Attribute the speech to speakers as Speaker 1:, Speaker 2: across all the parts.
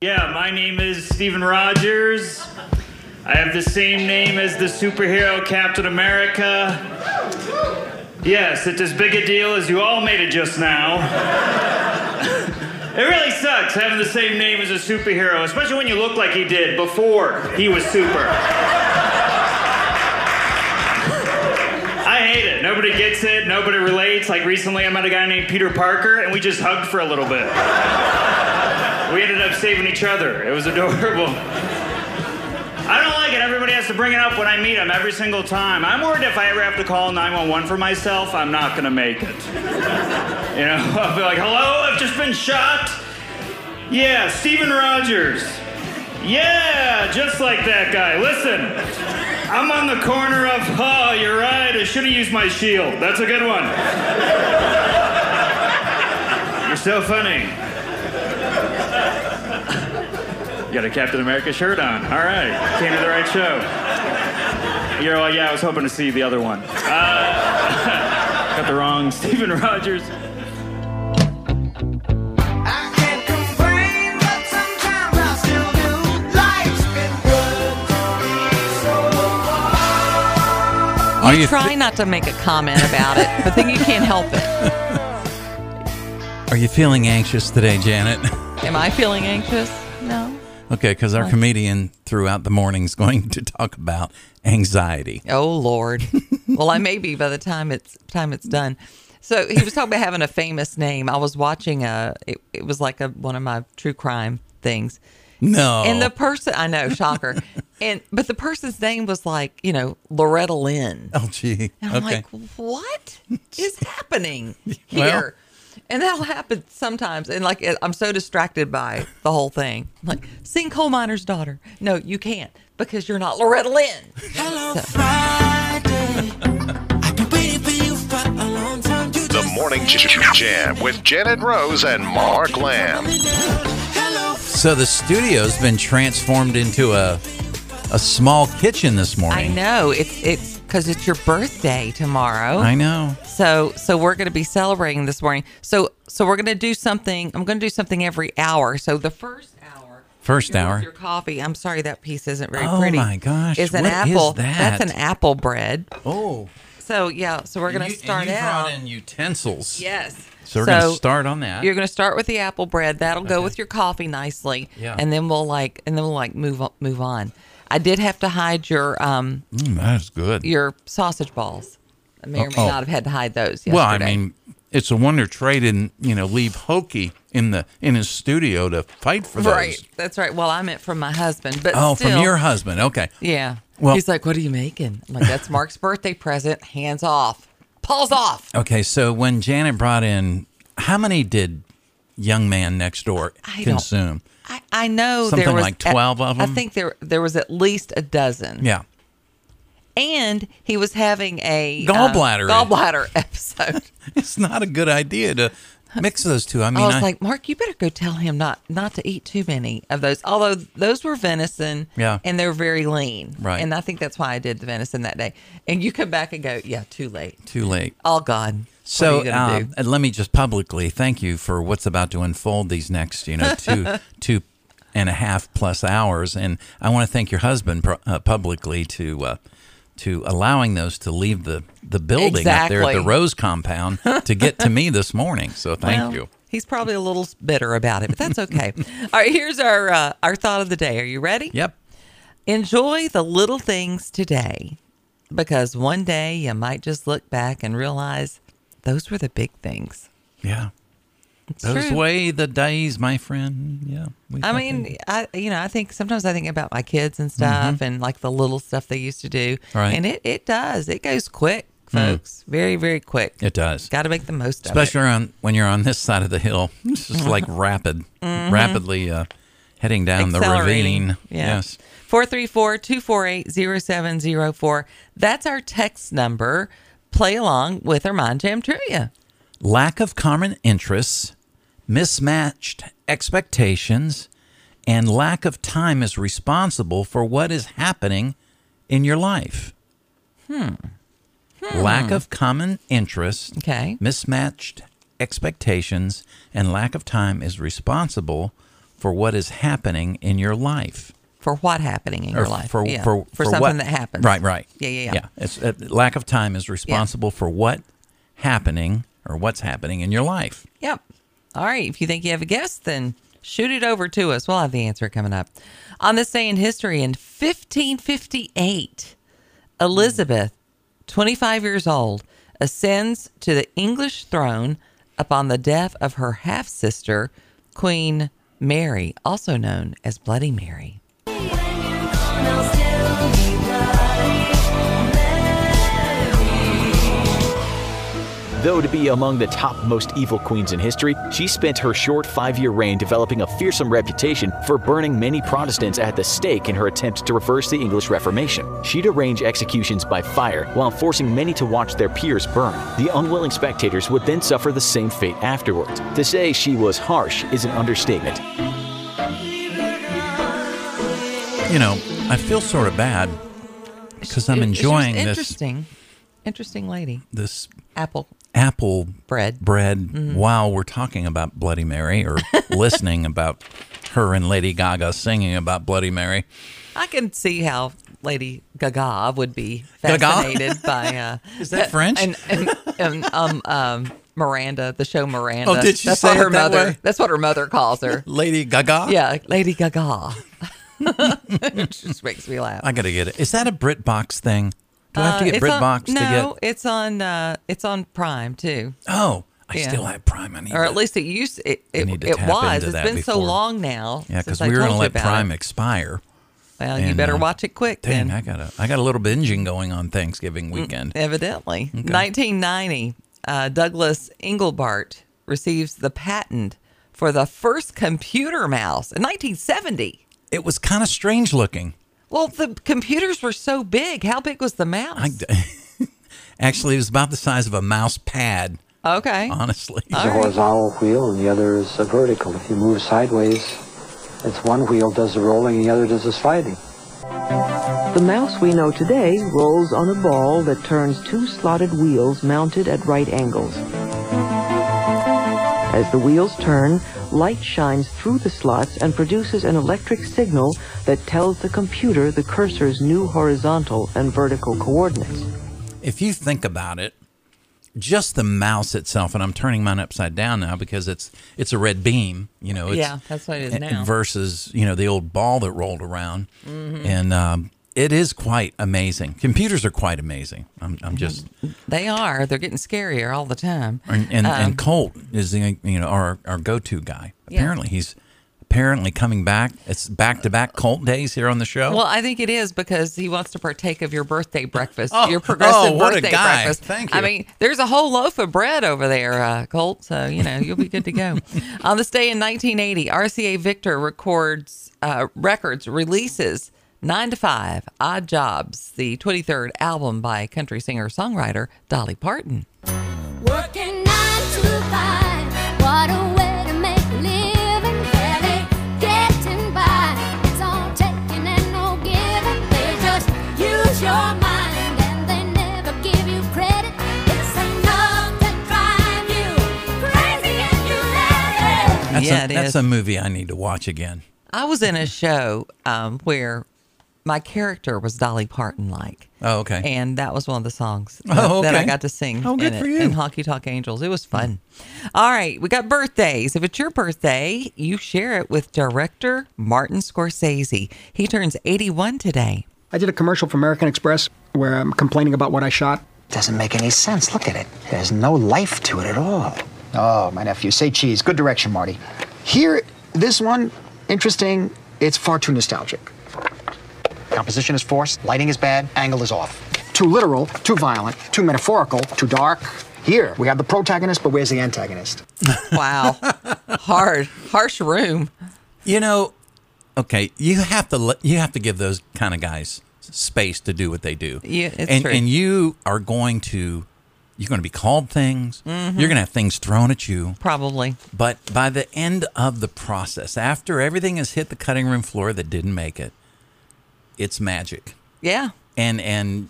Speaker 1: Yeah, my name is Steven Rogers. I have the same name as the superhero Captain America. Yes, it's as big a deal as you all made it just now. it really sucks having the same name as a superhero, especially when you look like he did before he was super. I hate it. Nobody gets it. Nobody relates. Like recently, I met a guy named Peter Parker, and we just hugged for a little bit. We ended up saving each other. It was adorable. I don't like it. Everybody has to bring it up when I meet them every single time. I'm worried if I ever have to call 911 for myself, I'm not gonna make it. You know, I'll be like, hello, I've just been shot. Yeah, Steven Rogers. Yeah, just like that guy. Listen, I'm on the corner of, oh, you're right, I should have used my shield. That's a good one. You're so funny. You got a Captain America shirt on. All right. Came to the right show. You're like, yeah, I was hoping to see the other one. Uh, got the wrong Stephen Rogers.
Speaker 2: I can't complain, but sometimes I still do. Life's been good to me so far.
Speaker 3: Are you
Speaker 4: Try not to make a comment about it, but then you can't help it.
Speaker 3: are you feeling anxious today, Janet?
Speaker 4: Am I feeling anxious? No.
Speaker 3: okay, because our comedian throughout the morning is going to talk about anxiety.
Speaker 4: Oh Lord. well, I may be by the time it's time it's done. So he was talking about having a famous name. I was watching a. It, it was like a one of my true crime things,
Speaker 3: No,
Speaker 4: and the person I know, shocker, and but the person's name was like you know Loretta Lynn.
Speaker 3: oh gee,
Speaker 4: And I'm
Speaker 3: okay.
Speaker 4: like, what is happening here?
Speaker 3: Well-
Speaker 4: and that'll happen sometimes. And like, I'm so distracted by the whole thing. I'm like, sing coal miner's daughter. No, you can't because you're not Loretta Lynn.
Speaker 2: Hello, Friday. I've been waiting for you for a long time. You
Speaker 5: The
Speaker 2: just
Speaker 5: Morning
Speaker 2: said
Speaker 5: J- J- Jam with Janet Rose and Mark Lamb.
Speaker 2: me down. Hello,
Speaker 3: so the studio's been transformed into a a small kitchen this
Speaker 4: I
Speaker 3: morning.
Speaker 4: know it's it's because it's your birthday tomorrow.
Speaker 3: I know.
Speaker 4: So so we're going to be celebrating this morning. So so we're going to do something. I'm going to do something every hour. So the first hour.
Speaker 3: First
Speaker 4: Here's
Speaker 3: hour.
Speaker 4: Your coffee. I'm sorry that piece isn't very
Speaker 3: Oh
Speaker 4: pretty.
Speaker 3: my gosh,
Speaker 4: Is an
Speaker 3: what is
Speaker 4: apple.
Speaker 3: that?
Speaker 4: That's an apple bread.
Speaker 3: Oh,
Speaker 4: So yeah, so we're gonna
Speaker 3: And you- and
Speaker 4: start
Speaker 3: you
Speaker 4: out.
Speaker 3: brought in utensils.
Speaker 4: yes.
Speaker 3: So we're gonna start on that.
Speaker 4: You're gonna start with the apple bread. That'll go with your coffee nicely.
Speaker 3: Yeah.
Speaker 4: And then we'll like, and then we'll like move on, move on. I did have to hide your um
Speaker 3: Mm, that is good.
Speaker 4: your sausage balls. I may or may
Speaker 3: Oh, oh.
Speaker 4: not have had to hide those. Yesterday.
Speaker 3: Well, I mean, it's a wonder Trey didn't, you know, leave Hokey in the in his studio to fight for those.
Speaker 4: right. That's right. Well, I meant from my husband, but
Speaker 3: Oh,
Speaker 4: still,
Speaker 3: from your husband. Okay.
Speaker 4: yeah.
Speaker 3: Well-
Speaker 4: he's like, "What are you making?" I'm like, "That's Mark's birthday present. Hands off. Paws off."
Speaker 3: Okay. So when Janet brought in, how many did young man next door
Speaker 4: I don't-
Speaker 3: consume?
Speaker 4: I, I know there
Speaker 3: Something
Speaker 4: was
Speaker 3: like
Speaker 4: at-
Speaker 3: 12 of
Speaker 4: I
Speaker 3: 'em?
Speaker 4: think there there was at least a dozen.
Speaker 3: Yeah.
Speaker 4: and he was having a uh,
Speaker 3: Gallbladder.
Speaker 4: gallbladder episode.
Speaker 3: It's not a good idea to mix those two. I mean,
Speaker 4: I was like, Mark, you better go tell him not not to eat too many of those. Although those were venison,
Speaker 3: Yeah.
Speaker 4: and they're very lean,
Speaker 3: Right.
Speaker 4: And I think that's why I did the venison that day. And you come back and go, yeah, too late,
Speaker 3: too late.
Speaker 4: all gone.
Speaker 3: So
Speaker 4: what are you gonna
Speaker 3: uh,
Speaker 4: do?
Speaker 3: and let me just publicly thank you for what's about to unfold these next, you know, two two and a half plus hours, and I want to thank your husband pro- uh, publicly to uh, to allowing those to leave the the building up there at
Speaker 4: Exactly.
Speaker 3: the Rose compound to get to me this morning. So thank
Speaker 4: Well,
Speaker 3: you.
Speaker 4: He's probably a little bitter about it, but that's okay. all right, here's our uh, our thought of the day. Are you ready?
Speaker 3: Yep.
Speaker 4: Enjoy the little things today because one day you might just look back and realize those were the big things.
Speaker 3: Yeah.
Speaker 4: It's
Speaker 3: Those
Speaker 4: true.
Speaker 3: way the days, my friend. Yeah. we
Speaker 4: I
Speaker 3: got
Speaker 4: mean,
Speaker 3: them.
Speaker 4: I you know, I think sometimes I think about my kids and stuff and like the little stuff they used to do.
Speaker 3: Mm-hmm. Right.
Speaker 4: And it, it does. It goes quick, folks. Very, very quick.
Speaker 3: it does.
Speaker 4: Gotta make the most of it.
Speaker 3: especially on when you're on this side of the hill. It's just like rapid, rapidly uh, heading down the
Speaker 4: Mm-hmm. Accelerating.
Speaker 3: ravine.
Speaker 4: Yeah.
Speaker 3: Yes.
Speaker 4: 434-248-0704. That's our text number. Play along with our Mind Jam Trivia.
Speaker 3: Lack of common interests, mismatched expectations, and lack of time is responsible for what is happening in your life. Hmm. Lack of common interests,
Speaker 4: Okay.
Speaker 3: mismatched expectations, and lack of time is responsible for what is happening in your life.
Speaker 4: for what happening in
Speaker 3: Or
Speaker 4: your life.
Speaker 3: For,
Speaker 4: yeah.
Speaker 3: for,
Speaker 4: something
Speaker 3: what-
Speaker 4: that happens.
Speaker 3: Right, right.
Speaker 4: Yeah, yeah, yeah.
Speaker 3: Yeah. It's, uh, lack of time is responsible for what happening or what's happening in your life.
Speaker 4: Yep. All right. If you think you have a guess, then shoot it over to us. We'll have the answer coming up. On this day in history, in 1558, Elizabeth, 25 years old, ascends to the English throne upon the death of her half sister, Queen Mary, also known as Bloody Mary.
Speaker 6: Though to be among the top most evil queens in history, she spent her short five year reign developing a fearsome reputation for burning many Protestants at the stake in her attempt to reverse the English Reformation. She'd arrange executions by fire while forcing many to watch their peers burn. The unwilling spectators would then suffer the same fate afterwards. To say she was harsh is an understatement.
Speaker 3: You know, I feel sort of bad because I'm
Speaker 4: It- it's just
Speaker 3: enjoying this
Speaker 4: Interesting. Interesting lady.
Speaker 3: this
Speaker 4: Apple
Speaker 3: apple
Speaker 4: bread.
Speaker 3: bread
Speaker 4: Mm-hmm.
Speaker 3: while we're talking about Bloody Mary or listening about her and Lady Gaga singing about Bloody Mary.
Speaker 4: I can see how Lady Gaga would be
Speaker 3: Gaga?
Speaker 4: fascinated by. Uh, Is
Speaker 3: that French?
Speaker 4: And, and, and um, um, Miranda, the show Miranda.
Speaker 3: Oh, did she
Speaker 4: that's
Speaker 3: say
Speaker 4: what
Speaker 3: it
Speaker 4: her
Speaker 3: that
Speaker 4: mother.
Speaker 3: way?
Speaker 4: That's what her mother calls her.
Speaker 3: Lady Gaga?
Speaker 4: Yeah, Lady Gaga. it just makes me laugh.
Speaker 3: I got to get it. Is that a BritBox thing? Do I have to
Speaker 4: Uh,
Speaker 3: get
Speaker 4: it's on-
Speaker 3: BritBox
Speaker 4: No,
Speaker 3: to get?
Speaker 4: it's on. Uh, it's on Prime too,
Speaker 3: Oh, I
Speaker 4: Yeah.
Speaker 3: still have Prime. I need
Speaker 4: or
Speaker 3: to-
Speaker 4: at least it used. It it,
Speaker 3: need to
Speaker 4: it
Speaker 3: tap
Speaker 4: was.
Speaker 3: into
Speaker 4: It's
Speaker 3: that
Speaker 4: been so
Speaker 3: before.
Speaker 4: long now.
Speaker 3: Yeah,
Speaker 4: because
Speaker 3: because we were
Speaker 4: going to
Speaker 3: let Prime
Speaker 4: It.
Speaker 3: expire.
Speaker 4: Well, you
Speaker 3: and,
Speaker 4: better
Speaker 3: uh,
Speaker 4: watch it quick
Speaker 3: Dang,
Speaker 4: then.
Speaker 3: I got a I got a little binging going on
Speaker 4: Mm.
Speaker 3: Thanksgiving weekend.
Speaker 4: Evidently. 1990, uh, Douglas Engelbart receives the patent for the first computer mouse in 1970.
Speaker 3: It was kind of strange looking.
Speaker 4: Well, the computers were so big. How big was the mouse?
Speaker 3: I d actually it was about the size of a mouse pad.
Speaker 4: okay.
Speaker 3: Honestly,
Speaker 7: a horizontal wheel and the other is a vertical. If you move sideways, it's one wheel does the rolling and the other does the sliding.
Speaker 8: The mouse we know today rolls on a ball that turns two slotted wheels mounted at right angles. As the wheels turn, light shines through the slots and produces an electric signal that tells the computer the cursor's new horizontal and vertical coordinates.
Speaker 3: if you think about it, just the mouse itself, and I'm turning mine upside down now because it's it's a red beam. You know, it's,
Speaker 4: Yeah, that's what it is
Speaker 3: a-
Speaker 4: now. Mm-hmm.
Speaker 3: Versus you know the old ball that rolled around, and um, it is quite amazing. Computers are quite amazing. I'm,
Speaker 4: Mm-hmm.
Speaker 3: I'm just
Speaker 4: They are. They're getting scarier all the time.
Speaker 3: and and, and Colt is the you know our our go to guy.
Speaker 4: Um, Yeah.
Speaker 3: Apparently he's apparently coming back. It's back to back Colt days here on the show.
Speaker 4: Well, I think it is because he wants to partake of your birthday breakfast,
Speaker 3: Oh,
Speaker 4: your progressive
Speaker 3: oh, what a
Speaker 4: birthday
Speaker 3: guy.
Speaker 4: breakfast.
Speaker 3: Thank
Speaker 4: I
Speaker 3: you.
Speaker 4: mean, there's a whole loaf of bread over there, uh, Colt. So you know you'll be good to go. On this day in 1980, RCA Victor records uh, records releases nine to five, Odd Jobs, the 23rd album by country singer songwriter Dolly Parton.
Speaker 9: Working nine to five, what a way to make a living. Barely getting by, it's all taking and no giving. They just use your mind and they never give you credit. It's enough to drive you crazy if you let it.
Speaker 3: that's
Speaker 4: yeah,
Speaker 3: a,
Speaker 4: it
Speaker 3: that's
Speaker 4: is.
Speaker 3: a movie I need to watch again.
Speaker 4: I was in a show um, where my character was Dolly Parton like.
Speaker 3: Oh, okay.
Speaker 4: And that was one of the songs
Speaker 3: Oh,
Speaker 4: that, that I
Speaker 3: okay.
Speaker 4: got to sing.
Speaker 3: Oh, good
Speaker 4: in
Speaker 3: for
Speaker 4: it,
Speaker 3: you.
Speaker 4: In Honky Talk Angels. It was fun. All right, we got birthdays. If it's your birthday, you share it with director Martin Scorsese. He turns 81 today.
Speaker 10: I did a commercial for American Express where I'm complaining about what I shot.
Speaker 2: Doesn't make any sense. Look at it. There's no life to it at all. Oh, my nephew, say cheese. Good direction, Marty. Here, this one, interesting. It's far too nostalgic. Composition is forced, lighting is bad, angle is off. Too literal, too violent, too metaphorical, too dark. Here, we have the protagonist, but where's the antagonist?
Speaker 4: Wow. Hard, harsh room.
Speaker 3: You know, okay, you have to let, you have to give those kind of guys space to do what they do.
Speaker 4: Yeah, it's
Speaker 3: and
Speaker 4: true.
Speaker 3: and you are going to you're going to be called things.
Speaker 4: Mm-hmm.
Speaker 3: You're going to have things thrown at you.
Speaker 4: Probably.
Speaker 3: But by the end of the process, after everything has hit the cutting room floor that didn't make it, it's magic.
Speaker 4: Yeah.
Speaker 3: And and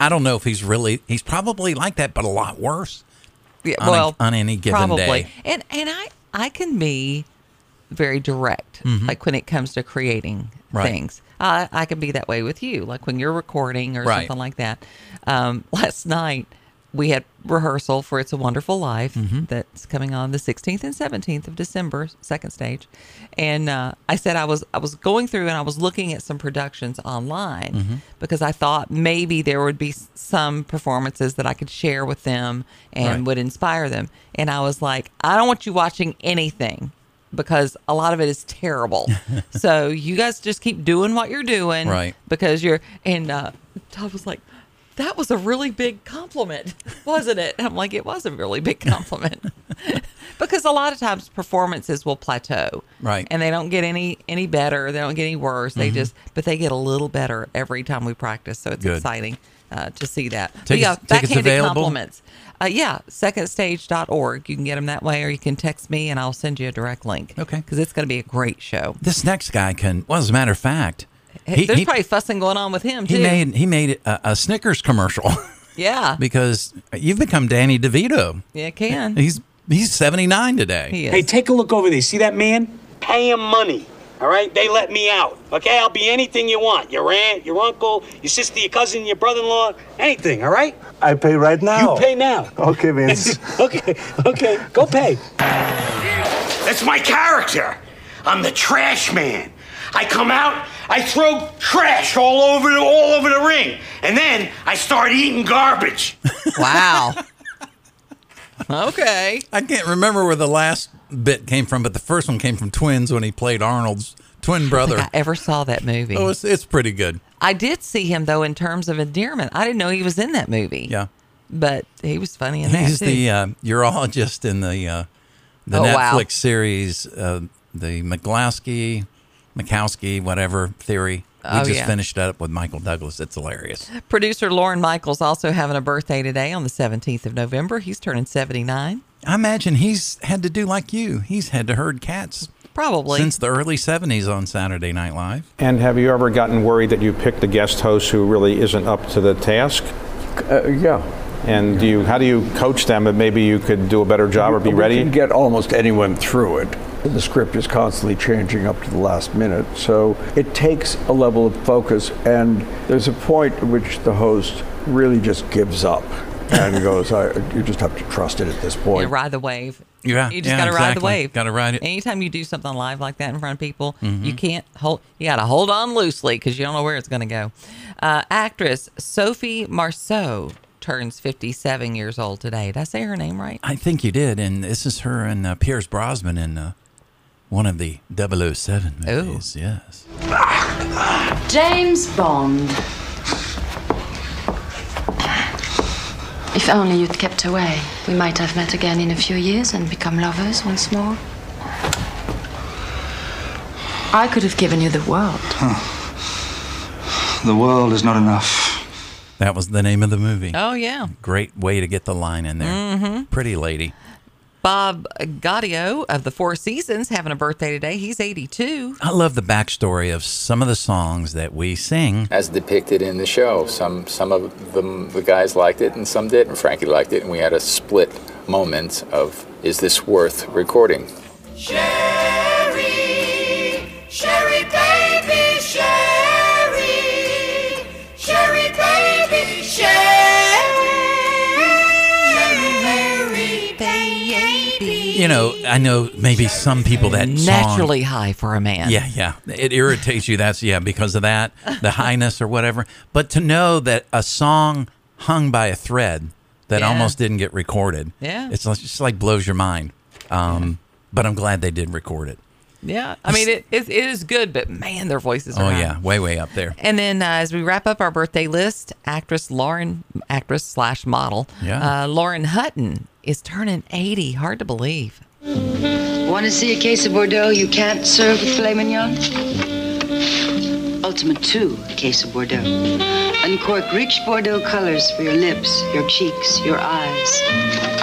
Speaker 3: I don't know if he's really he's probably like that, but a lot worse.
Speaker 4: Yeah,
Speaker 3: on a- on any given
Speaker 4: probably.
Speaker 3: day.
Speaker 4: And and I I can be very direct, like when it comes to creating
Speaker 3: Mm-hmm. Right.
Speaker 4: things. I, I can be that way with you, like when you're recording or
Speaker 3: Right.
Speaker 4: something like that. Um, last night, we had rehearsal for It's a Wonderful Life that's coming on the 16th and 17th of December, second stage. And uh, I said I was I was going through and I was looking at some productions online because I thought maybe there would be s- some performances that I could share with them and
Speaker 3: Right.
Speaker 4: would inspire them. And I was like, I don't want you watching anything because a lot of it is terrible. so you guys just keep doing what you're doing
Speaker 3: Right.
Speaker 4: because you're and uh Todd was like that was a really big compliment, wasn't it? I'm like, it was a really big compliment. because a lot of times performances will plateau.
Speaker 3: Right. Mm-hmm.
Speaker 4: And they don't get any any better, they don't get any worse. They just but they get a little better every time we practice. So it's
Speaker 3: Good.
Speaker 4: exciting uh, to see that. But
Speaker 3: Tickets-
Speaker 4: yeah,
Speaker 3: tickets
Speaker 4: backhanded
Speaker 3: available?
Speaker 4: compliments. Uh, yeah, secondstage.org. You can get them that way or you can text me and I'll send you a direct link.
Speaker 3: Okay.
Speaker 4: Cuz it's going to be a great show.
Speaker 3: This next guy can. Well, as a matter of fact,
Speaker 4: Hey, There's probably fussing going on with him too.
Speaker 3: he made he made a, a Snickers commercial
Speaker 4: yeah.
Speaker 3: because you've become Danny DeVito.
Speaker 4: Yeah, can.
Speaker 3: He's he's seventy nine today.
Speaker 4: He is.
Speaker 6: Hey, take a look over there. See that man? Pay him money. All right? They let me out. Okay? I'll be anything you want. Your aunt, your uncle, your sister, your cousin, your brother in law, anything. All right?
Speaker 7: I pay right now.
Speaker 6: You pay now.
Speaker 7: Okay, Vince.
Speaker 6: okay. Okay. Go pay.
Speaker 1: That's my character. I'm the trash man. I come out, I throw trash all over the, all over the ring, and then I start eating garbage.
Speaker 4: Wow. okay.
Speaker 3: I can't remember where the last bit came from, but the first one came from Twins when he played Arnold's twin brother.
Speaker 4: I ever saw that movie.
Speaker 3: Oh, it's, it's pretty good.
Speaker 4: I did see him though in terms of endearment. I didn't know he was in that movie.
Speaker 3: Yeah,
Speaker 4: But he was funny in
Speaker 3: he's
Speaker 4: that too.
Speaker 3: the uh, urologist in the uh, the
Speaker 4: Oh,
Speaker 3: Netflix
Speaker 4: wow.
Speaker 3: series, uh, the McGlasky, Mikowski, whatever theory. We
Speaker 4: Oh,
Speaker 3: just
Speaker 4: yeah.
Speaker 3: finished up with Michael Douglas. It's hilarious.
Speaker 4: Producer Lauren Michaels also having a birthday today on the 17th of November. He's turning 79.
Speaker 3: I imagine he's had to do like you. He's had to herd cats
Speaker 4: Probably.
Speaker 3: since the early '70s on Saturday Night Live.
Speaker 11: And have you ever gotten worried that you picked a guest host who really isn't up to the task?
Speaker 2: Uh, yeah.
Speaker 11: And do you, how do you coach them that maybe you could do a better job or be
Speaker 2: we
Speaker 11: ready?
Speaker 2: can get almost anyone through it. The script is constantly changing up to the last minute, so it takes a level of focus. And there's a point at which the host really just gives up and goes, I, "You just have to trust it at this
Speaker 4: You
Speaker 2: point."
Speaker 4: ride the wave.
Speaker 3: Yeah,
Speaker 4: You just
Speaker 3: yeah,
Speaker 4: gotta ride the
Speaker 3: exactly.
Speaker 4: wave.
Speaker 3: Gotta ride it. Mm-hmm.
Speaker 4: Anytime you do something live like that in front of people, you can't hold. You gotta hold on loosely because you don't know where it's gonna go. Uh, actress Sophie Marceau turns 57 years old today. Did I say her name right?
Speaker 3: I think you did, and this is her and uh, Pierce Brosnan in uh, one of the 007 movies. Yes.
Speaker 12: James Bond. If only you'd kept away, we might have met again in a few years and become lovers once more. I could have given you the world.
Speaker 13: The world is not enough.
Speaker 3: That was the name of the movie.
Speaker 4: Oh Mm-hmm. yeah.
Speaker 3: Great way to get the line in there. Pretty lady.
Speaker 4: Bob Gaudio of the Four Seasons having a birthday today. He's 82.
Speaker 3: I love the backstory of some of the songs that we sing.
Speaker 5: as depicted in the show. Some some of them the guys liked it and some didn't. Frankie liked it, and we had a split moment of is this worth recording?
Speaker 14: Sherry, Sherry baby, Sherry, Sherry baby, Sherry, Sherry baby.
Speaker 3: You know, I know maybe some people that song-
Speaker 4: Naturally high for a man.
Speaker 3: Yeah, yeah. It irritates you. That's yeah, because of that, the highness or whatever. But to know that a song hung by a thread that
Speaker 4: Yeah.
Speaker 3: almost didn't get recorded.
Speaker 4: Yeah.
Speaker 3: It's like- just like blows your mind. Um, but I'm glad they did record it.
Speaker 4: Yeah. I mean, it, it, it is good, but man, their voices are
Speaker 3: Oh
Speaker 4: high.
Speaker 3: yeah, way way up there.
Speaker 4: And then uh, as we wrap up our birthday list, actress Lauren, actress slash model,
Speaker 3: Yeah.
Speaker 4: uh, Lauren Hutton is turning 80. Hard to believe.
Speaker 15: Want to see a case of Bordeaux you can't serve with filet mignon? Ultimate 2, a case of Bordeaux. Uncork rich Bordeaux colors for your lips, your cheeks, your eyes.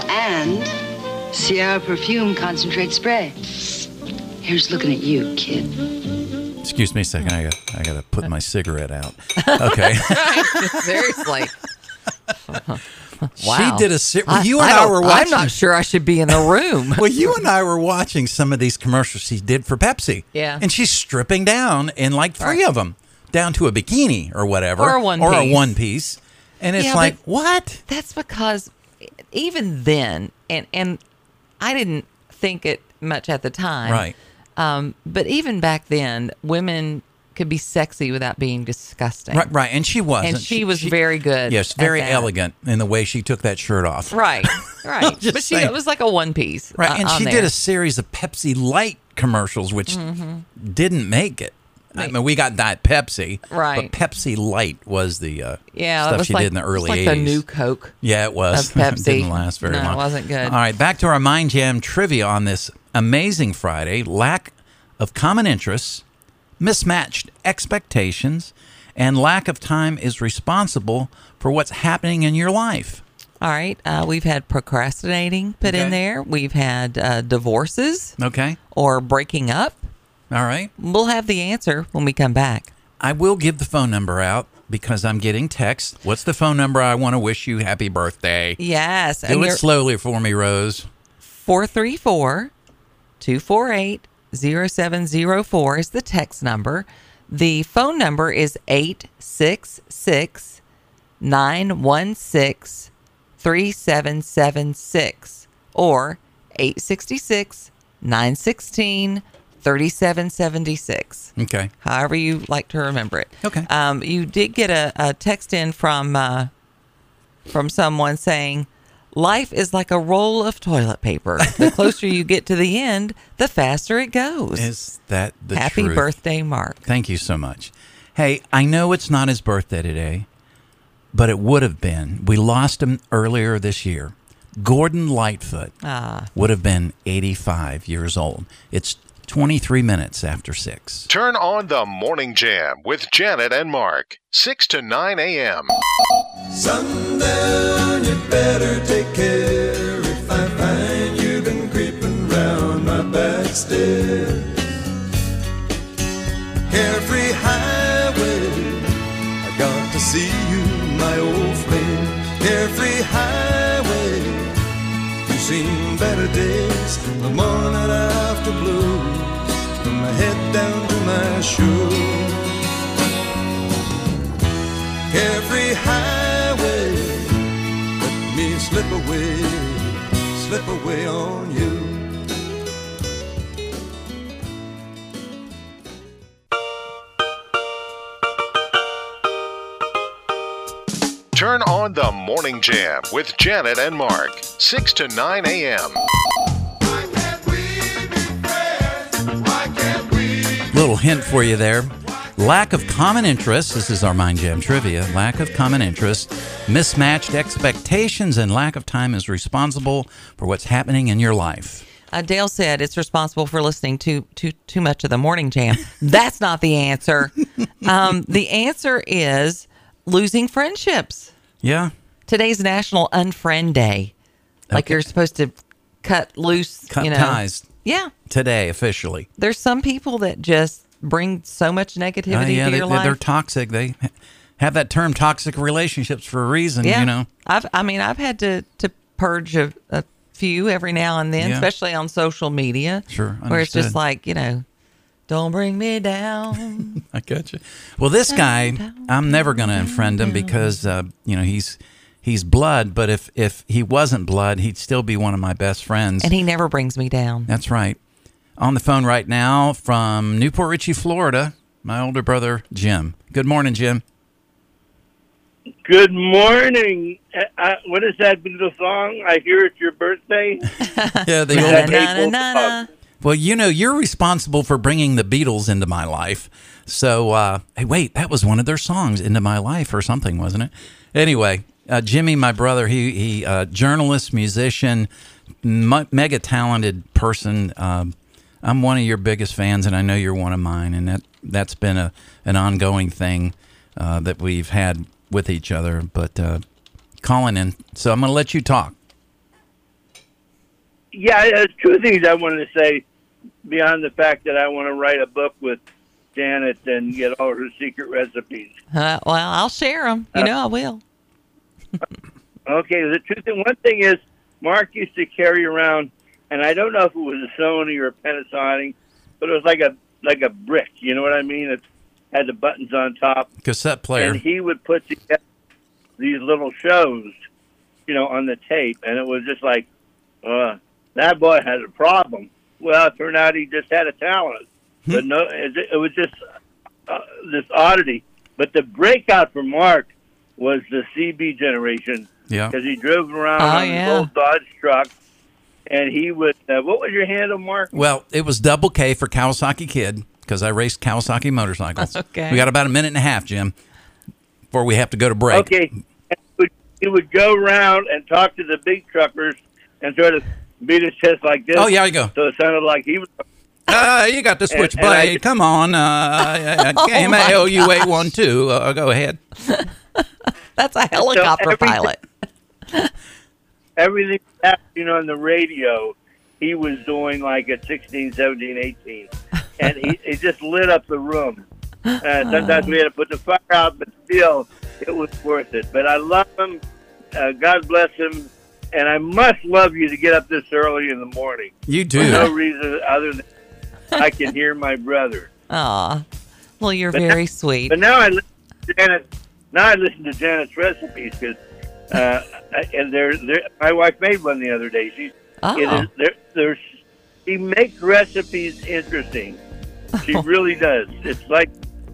Speaker 15: And Sierra Perfume Concentrate Spray. Here's looking at you, kid.
Speaker 3: Excuse me a second. I got I got to put my cigarette out. Okay.
Speaker 4: Right? Seriously. Wow.
Speaker 3: She did a series.
Speaker 4: I-
Speaker 3: you and
Speaker 4: I
Speaker 3: I,
Speaker 4: don't-
Speaker 3: were
Speaker 4: I'm
Speaker 3: watching.
Speaker 4: not sure I should be in the room.
Speaker 3: well, you and I were watching some of these commercials she did for Pepsi.
Speaker 4: Yeah.
Speaker 3: And she's stripping down in like three of them, down to a bikini or whatever,
Speaker 4: Or a one
Speaker 3: or a
Speaker 4: piece.
Speaker 3: one piece. And it's
Speaker 4: Yeah,
Speaker 3: like,
Speaker 4: but
Speaker 3: what?
Speaker 4: That's because even then, and and I didn't think it much at the time,
Speaker 3: Right.
Speaker 4: Um, but even back then, women could be sexy without being disgusting.
Speaker 3: Right, right. And she wasn't.
Speaker 4: And she, was very good.
Speaker 3: Yes,
Speaker 4: at
Speaker 3: very
Speaker 4: that.
Speaker 3: elegant in the way she took that shirt off.
Speaker 4: Right, right.
Speaker 3: just
Speaker 4: but she
Speaker 3: saying.
Speaker 4: it was like a one piece.
Speaker 3: Right,
Speaker 4: uh,
Speaker 3: and
Speaker 4: on
Speaker 3: she
Speaker 4: there.
Speaker 3: did a series of Pepsi Light commercials, which
Speaker 4: Mm-hmm.
Speaker 3: didn't make it. I mean, we got Diet Pepsi,
Speaker 4: Right.
Speaker 3: But Pepsi Light was the uh,
Speaker 4: Yeah, it
Speaker 3: stuff
Speaker 4: was
Speaker 3: she
Speaker 4: like-
Speaker 3: did in the
Speaker 4: it was
Speaker 3: early
Speaker 4: like
Speaker 3: 80s.
Speaker 4: the new Coke
Speaker 3: Yeah, it was.
Speaker 4: of Pepsi.
Speaker 3: didn't last very
Speaker 4: No, it
Speaker 3: long.
Speaker 4: wasn't good.
Speaker 3: All right, back to our Mind Jam trivia on this amazing Friday: lack of common interests, mismatched expectations, and lack of time is responsible for what's happening in your life.
Speaker 4: All right. Uh, we've had procrastinating put in
Speaker 3: Okay.
Speaker 4: there. We've had uh, divorces.
Speaker 3: Okay.
Speaker 4: Or breaking up.
Speaker 3: All right.
Speaker 4: We'll have the answer when we come back.
Speaker 3: I will give the phone number out because I'm getting texts. What's the phone number? I want to wish you happy birthday.
Speaker 4: Yes.
Speaker 3: Do it slowly for me, Rose.
Speaker 4: 434 248 0704 is the text number. The phone number is 866 916 3776 or 866 916 3776.
Speaker 3: Okay.
Speaker 4: However, you like to remember it.
Speaker 3: Okay.
Speaker 4: Um, you did get a, a text in from uh, from someone saying, "Life is like a roll of toilet paper. The closer you get to the end, the faster it goes."
Speaker 3: Is that the
Speaker 4: Happy
Speaker 3: truth?
Speaker 4: birthday, Mark?
Speaker 3: Thank you so much. Hey, I know it's not his birthday today, but it would have been. We lost him earlier this year. Gordon Lightfoot
Speaker 4: Ah.
Speaker 3: would have been 85 years old. It's 23 minutes after 6.
Speaker 5: Turn on the Morning Jam with Janet and Mark, 6 to 9 a.m.
Speaker 16: Sundown, you better take care if I find you've been creeping round my back stairs. Carefree highway, I got to see you, my old friend. Carefree highway, you've seen better days. The morning after blue, from my head down to my shoes. Every highway, let me slip away, slip away on you.
Speaker 5: Turn on the Morning Jam with Janet and Mark, 6 to 9 a.m.
Speaker 3: Little hint for you there. Lack of common interest. This is our Mind Jam trivia. Lack of common interest, mismatched expectations, and lack of time is responsible for what's happening in your life.
Speaker 4: Uh, Dale said it's responsible for listening to too too much of the morning jam. That's not the answer. um, the answer is losing friendships.
Speaker 3: Yeah.
Speaker 4: Today's National Unfriend Day. Like you're supposed to cut loose,
Speaker 3: Cut
Speaker 4: you know.
Speaker 3: ties.
Speaker 4: Yeah,
Speaker 3: Today, officially.
Speaker 4: there's some people that just bring so much negativity
Speaker 3: Uh, yeah,
Speaker 4: to
Speaker 3: they,
Speaker 4: your
Speaker 3: they- they're
Speaker 4: life.
Speaker 3: toxic. They have that term toxic relationships for a reason,
Speaker 4: yeah,
Speaker 3: you know.
Speaker 4: I've I mean I've had to to purge a, a few every now and then,
Speaker 3: Yeah.
Speaker 4: especially on social media.
Speaker 3: Sure,
Speaker 4: where it's
Speaker 3: understood.
Speaker 4: just like you know, don't bring me down.
Speaker 3: I got you. Well, this guy, I'm never going to unfriend him because uh, you know he's he's blood. But if if he wasn't blood, he'd still be one of my best friends.
Speaker 4: and he never brings me down.
Speaker 3: That's right. On the phone right now from Newport Richey, Florida, my older brother Jim. Good morning, Jim.
Speaker 14: Good morning. Uh, uh, what is that little song? I hear it's your birthday.
Speaker 3: Yeah, the
Speaker 14: Na,
Speaker 3: old-
Speaker 14: na, na, na, na.
Speaker 3: Well, you know, you're responsible for bringing the Beatles into my life. So, uh, hey, wait, that was one of their songs, "Into My Life" or something, wasn't it? Anyway, uh, Jimmy, my brother, he he, uh, journalist, musician, m- mega talented person. Um, I'm one of your biggest fans, and I know you're one of mine, and that that's been a an ongoing thing uh, that we've had with each other. But uh, calling in, so I'm going to let you talk.
Speaker 14: Yeah, there's two things I wanted to say beyond the fact that I want to write a book with Janet and get all her secret recipes.
Speaker 4: Uh, well, I'll share them. You know I will.
Speaker 14: Okay, the truth and one thing is, Mark used to carry around, and I don't know if it was a Sony or a Panasonic, but it was like a like a brick. You know what I mean? It had the buttons on top,
Speaker 3: Cassette player.
Speaker 14: and he would put together these little shows, you know, on the tape, and it was just like, uh, that boy has a problem. Well, it turned out he just had a talent,
Speaker 3: Hmm.
Speaker 14: but no, it, it was just uh, this oddity. But the breakout for Mark was the CB generation,
Speaker 3: Yeah.
Speaker 14: because he drove around
Speaker 3: Oh,
Speaker 14: on his
Speaker 3: yeah.
Speaker 14: old Dodge truck, and he would. Uh, what was your handle, Mark?
Speaker 3: Well, it was double K for Kawasaki Kid because I raced Kawasaki motorcycles.
Speaker 14: Okay.
Speaker 3: We got about a minute and a half, Jim, before we have to go to break.
Speaker 14: Okay. And he would- He would go around and talk to the big truckers and sort of beat his chest like this.
Speaker 3: Oh, yeah, there you go.
Speaker 14: So it sounded like he was.
Speaker 3: Uh, you got the
Speaker 14: And- and
Speaker 3: switchblade.
Speaker 14: I-
Speaker 3: Come on. Uh,
Speaker 14: Oh, my
Speaker 3: M A O U eight one two. Uh, Go ahead.
Speaker 4: That's a
Speaker 14: helicopter
Speaker 4: pilot.
Speaker 14: Everything happening on the radio, he was doing like at 16, 17, 18. And he, it just lit up the room. Uh, sometimes we had to put the fire out, but still, it was worth it. But I love him. Uh, God bless him. And I must love you to get up this early in the morning.
Speaker 3: You do.
Speaker 14: For no reason other than I can hear my brother.
Speaker 4: Aw. Well, you're
Speaker 14: But now-
Speaker 4: very sweet.
Speaker 14: But now I listen to Janet. Now I listen to Janet's recipes because, uh, I- and there, there, my wife made one the other day. She,
Speaker 4: Oh.
Speaker 14: it is, there, there's, she makes recipes interesting. She really does. It's like,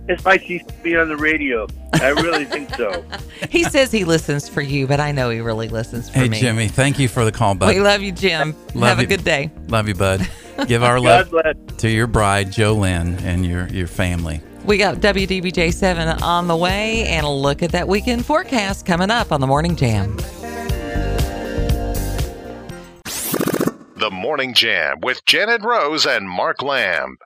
Speaker 14: it's like she should be on the radio. I really think so.
Speaker 4: He says he listens for you, but I know he really listens for
Speaker 3: Hey,
Speaker 4: me.
Speaker 3: Jimmy. Thank you for the call, bud.
Speaker 4: we love you, Jim.
Speaker 3: Love
Speaker 4: Have a
Speaker 3: you.
Speaker 4: good day.
Speaker 3: Love you, bud. Give our
Speaker 4: God
Speaker 3: love
Speaker 14: bless.
Speaker 3: to your bride, Jolynn, and your your family.
Speaker 4: We got WDBJ7 on the way, and a look at that weekend forecast coming up on the Morning Jam.
Speaker 5: The Morning Jam with Janet Rose and Mark Lamb.